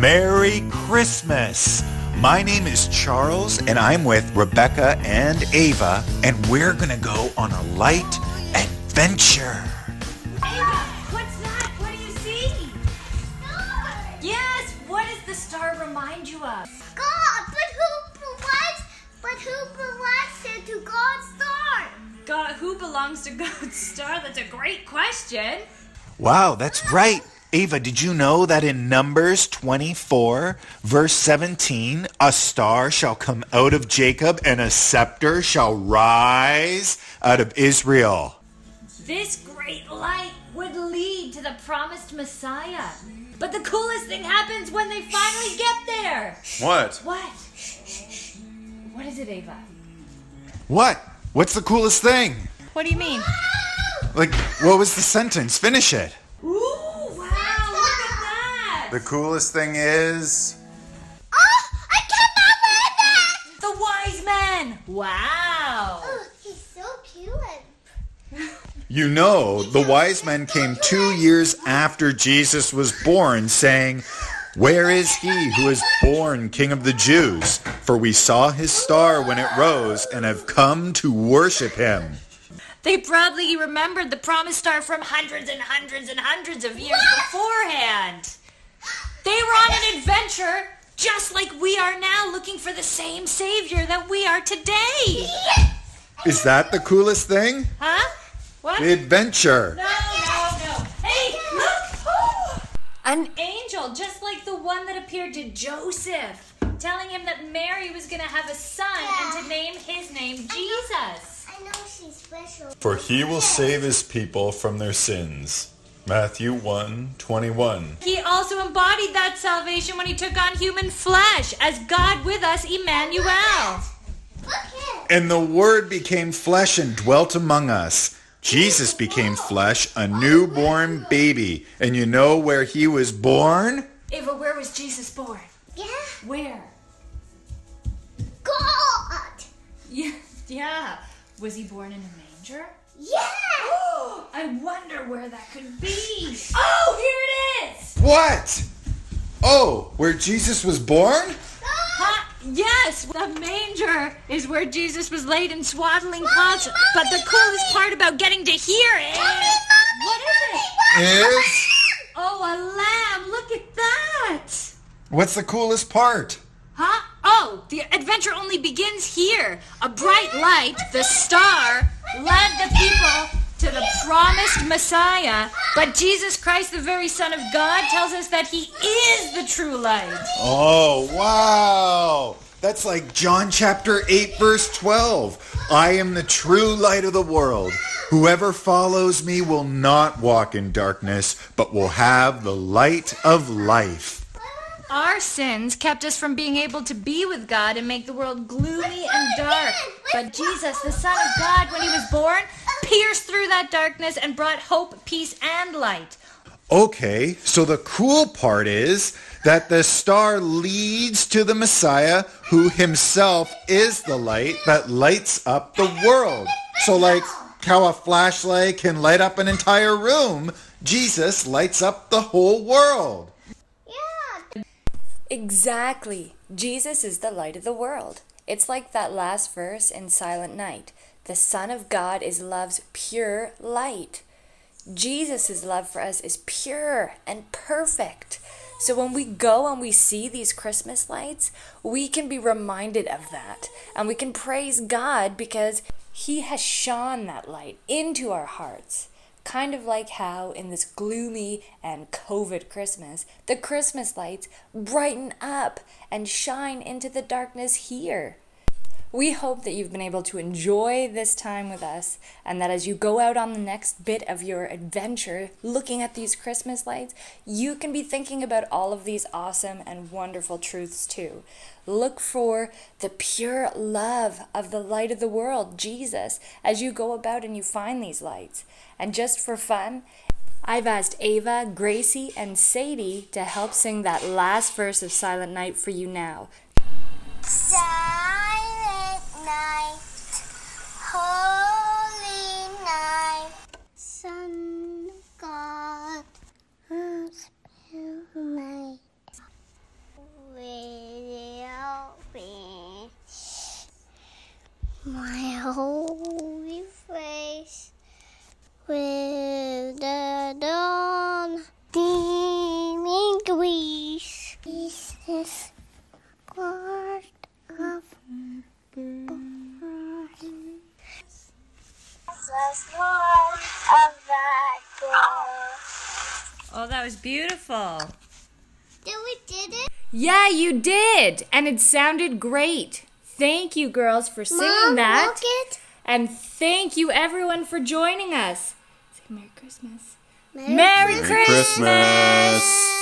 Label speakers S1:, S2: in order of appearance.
S1: Merry Christmas. My name is Charles, and I'm with Rebecca and Ava, and we're going to go on a light adventure.
S2: Ava, what's that? What do you see? Yes, what does the star remind you of?
S3: God, but who provides? But who provides it to God's star?
S2: God, who belongs to God's star? That's a great question.
S1: Wow, that's right. Ava, did you know that in Numbers 24, verse 17, a star shall come out of Jacob and a scepter shall rise out of Israel?
S2: This great light would lead to the promised Messiah. But the coolest thing happens when they finally get there.
S1: What?
S2: What? What is it, Ava?
S1: What? What's the coolest thing?
S4: What do you mean?
S1: Like, what was the sentence? Finish it.
S2: Ooh, wow, look at that!
S1: The coolest thing is.
S3: Oh, I cannot wear that.
S2: The wise man! Wow!
S3: Oh, he's so cute.
S1: You know, the wise men came two years after Jesus was born, saying, Where is he who is born King of the Jews? For we saw his star when it rose and have come to worship him.
S2: They probably remembered the promised star from hundreds and hundreds and hundreds of years beforehand. They were on an adventure just like we are now looking for the same savior that we are today.
S1: Is that the coolest thing?
S2: Huh? What?
S1: The adventure.
S2: No, no, no. Hey, look! An angel, just like the one that appeared to Joseph, telling him that Mary was going to have a son and to name his name Jesus.
S3: I know she's special.
S5: For he will save his people from their sins. Matthew 1 21.
S2: He also embodied that salvation when he took on human flesh as God with us, Emmanuel.
S3: Look here.
S1: And the Word became flesh and dwelt among us. Jesus became flesh, a newborn baby. And you know where he was born?
S2: Ava, where was Jesus born?
S3: Yeah.
S2: Where?
S3: God.
S2: Yeah, yeah. Was he born in a manger?
S3: Yeah.
S2: I wonder where that could be. Oh, here it is!
S1: What? Oh, where Jesus was born?
S2: Huh? Yes, the manger is where Jesus was laid in swaddling clothes. But the coolest part about getting to hear it. What is it?
S1: Is?
S2: Oh, a lamb! Look at that!
S1: What's the coolest part?
S2: Huh? Oh, the adventure only begins here. A bright light, the star, led the people to the promised Messiah. But Jesus Christ, the very Son of God, tells us that he is the true light.
S1: Oh, wow. That's like John chapter 8, verse 12. I am the true light of the world. Whoever follows me will not walk in darkness, but will have the light of life.
S2: Our sins kept us from being able to be with God and make the world gloomy and dark. But Jesus, the Son of God, when he was born, pierced through that darkness and brought hope, peace, and light.
S1: Okay, so the cool part is that the star leads to the Messiah who himself is the light that lights up the world. So like how a flashlight can light up an entire room, Jesus lights up the whole world.
S3: Yeah.
S4: Exactly. Jesus is the light of the world. It's like that last verse in Silent Night. The Son of God is love's pure light. Jesus' love for us is pure and perfect. So when we go and we see these Christmas lights, we can be reminded of that. And we can praise God because He has shone that light into our hearts. Kind of like how in this gloomy and COVID Christmas, the Christmas lights brighten up and shine into the darkness here. We hope that you've been able to enjoy this time with us and that as you go out on the next bit of your adventure looking at these Christmas lights, you can be thinking about all of these awesome and wonderful truths too. Look for the pure love of the light of the world, Jesus, as you go about and you find these lights. And just for fun, I've asked Ava, Gracie, and Sadie to help sing that last verse of Silent Night for you now.
S3: Silent night, holy night, sun God, whose night. was born of that girl.
S2: Oh, that was beautiful.
S3: Did we did it?
S2: Yeah, you did. And it sounded great. Thank you, girls, for singing that.
S3: it.
S2: And thank you, everyone, for joining us. Say Merry Christmas.
S3: Merry
S2: Merry, Christmas.
S5: Christmas.